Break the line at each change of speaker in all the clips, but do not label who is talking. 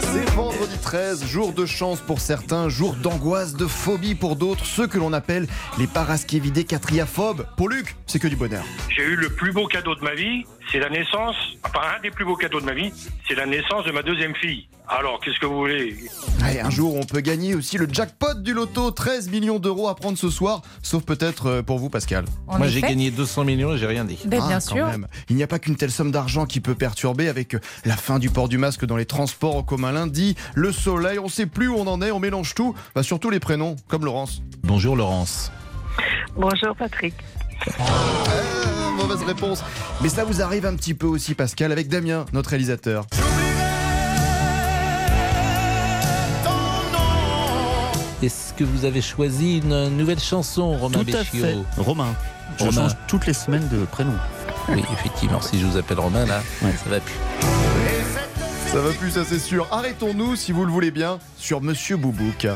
C'est vendredi 13, jour de chance pour certains, jour d'angoisse, de phobie pour d'autres, ceux que l'on appelle les paraskevidés catriaphobes. Pour Luc, c'est que du bonheur.
J'ai eu le plus beau cadeau de ma vie, c'est la naissance, enfin un des plus beaux cadeaux de ma vie, c'est la naissance de ma deuxième fille. Alors, qu'est-ce que vous voulez
Allez,
hein.
un jour, on peut gagner aussi le jackpot du loto, 13 millions d'euros à prendre ce soir, sauf peut-être euh, pour vous, Pascal.
Moi, j'ai gagné 200 millions et j'ai rien dit.
Ben,
Ah,
bien
quand
sûr.
même. Il n'y a pas qu'une telle somme d'argent qui peut perturber avec euh, la fin du port du masque dans les transports en commun lundi, le soleil, on sait plus où on en est, on mélange tout, bah, surtout les prénoms, comme Laurence.
Bonjour Laurence.
Bonjour Patrick.
Ah, mauvaise réponse. Mais ça vous arrive un petit peu aussi, Pascal, avec Damien, notre réalisateur.
Est-ce que vous avez choisi une nouvelle chanson, Romain
Tout à
Béchiot
fait. Romain. Je
Romain.
change toutes les semaines de prénom.
Oui, effectivement, si je vous appelle Romain, là,
Ouais.
ça va plus.
Ça va plus, ça c'est sûr. Arrêtons-nous, si vous le voulez bien, sur Monsieur Boubouk.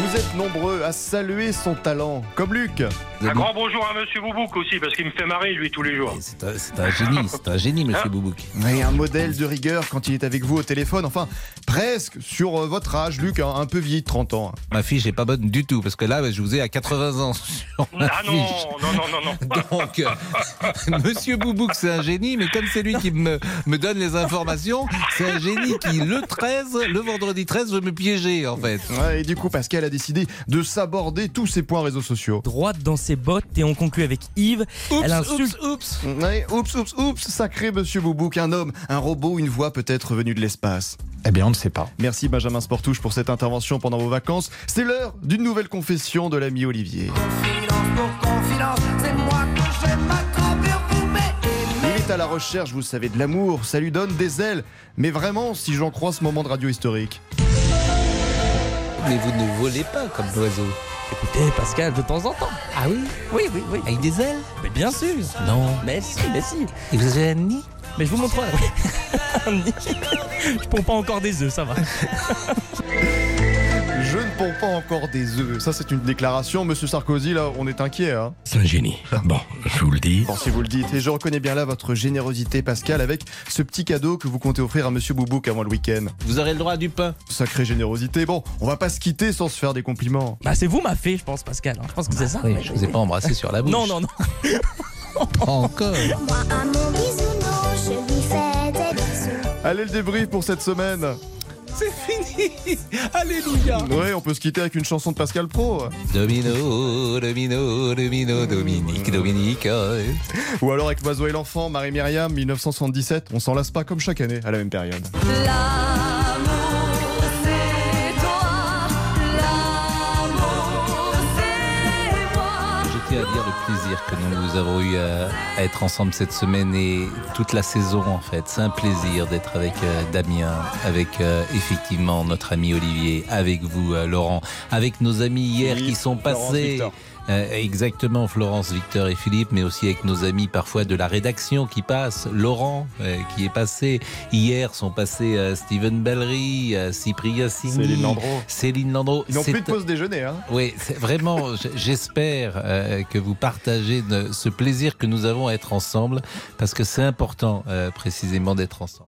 Vous êtes nombreux à saluer son talent, comme Luc.
Vous
Un
avez-
grand bonjour à Monsieur Boubouk aussi, parce qu'il me fait marrer, lui, tous les jours.
Mais Eh, C'est un, c'est un génie, c'est un génie, monsieur
Hein
Boubouk.
Et un modèle de rigueur quand il est avec vous au téléphone, enfin, presque sur euh, votre âge, Luc, hein, un peu vieilli de 30 ans.
Ma fiche n'est pas bonne du tout, parce que là, je vous ai à 80 ans sur ma
Ah non,
fiche.
non, non, non, non.
Donc, euh, monsieur Boubouk, c'est un génie, mais comme c'est lui qui me, me donne les informations, c'est un génie qui, le 13, le vendredi 13, veut me piéger, en fait.
Ouais, et du coup, Pascal a décidé de s'aborder tous ses points réseaux sociaux.
droite dans ses bottes et on conclut avec Yves.
Oups,
Elle
oups,
insulte.
oups.
Ouais, oups, oups, oups, sacré monsieur Boubouk, un homme, un robot, une voix peut-être venue de l'espace.
Eh bien, on ne sait pas.
Merci Benjamin Sportouche pour cette intervention pendant vos vacances. C'est l'heure d'une nouvelle confession de l'ami Olivier. Il est à la recherche, vous savez, de l'amour, ça lui donne des ailes. Mais vraiment, si j'en crois ce moment de radio historique.
Mais vous ne volez pas comme l'oiseau.
Écoutez, Pascal, de temps en temps.
Ah oui
Oui, oui, oui.
Avec des ailes
Mais bien sûr.
Non.
Mais si, mais si.
Et vous avez un nid
Mais je vous montrerai. je pompe pas encore des œufs, ça va.
Je ne pompe pas encore des œufs. Ça, c'est une déclaration. Monsieur Sarkozy, là, on est inquiet. Hein
C'est un génie. Bon, je vous le dis.
bon, si vous le dites. Et je reconnais bien là votre générosité, Pascal, avec ce petit cadeau que vous comptez offrir à monsieur Boubouk avant le week-end.
Vous aurez le droit à du pain.
Sacrée générosité. Bon, on va pas se quitter sans se faire des compliments.
Bah, c'est vous ma fée, je pense, Pascal. hein. Je pense que c'est ça.
Oui, je vous ai pas embrassé sur la bouche.
Non, non, non.
Pas encore.
Moi à mon bisounours, je lui fais des bisous.
Allez, le débrief pour cette semaine.
C'est fini. Alléluia.
Ouais, on peut se quitter avec une chanson de Pascal Pro.
Domino, domino, domino, Dominique, Dominique. oh.
Ou alors avec L'Oiseau et l'Enfant, Marie-Myriam, 1977. On s'en lasse pas comme chaque année à la même période.
Je tiens à dire le plaisir que nous avons eu à, à être ensemble cette semaine et toute la saison en fait. C'est un plaisir d'être avec euh, Damien, avec euh, effectivement notre ami Olivier, avec vous euh, Laurent, avec nos amis hier
Philippe,
qui sont
Florence,
passés.
Victor.
Euh, exactement, Florence, Victor et Philippe, mais aussi avec nos amis parfois de la rédaction qui passent. Laurent euh, qui est passé. Hier sont passés euh, Steven Bellery, euh, Cyprien Sini,
Céline Landreau.
Céline Landreau.
Ils n'ont
C'est-
plus de pause déjeuner, hein.
oui, c'est vraiment, j- j'espère euh, que vous partagez de- ce plaisir que nous avons à être ensemble, parce que c'est important euh, précisément d'être ensemble.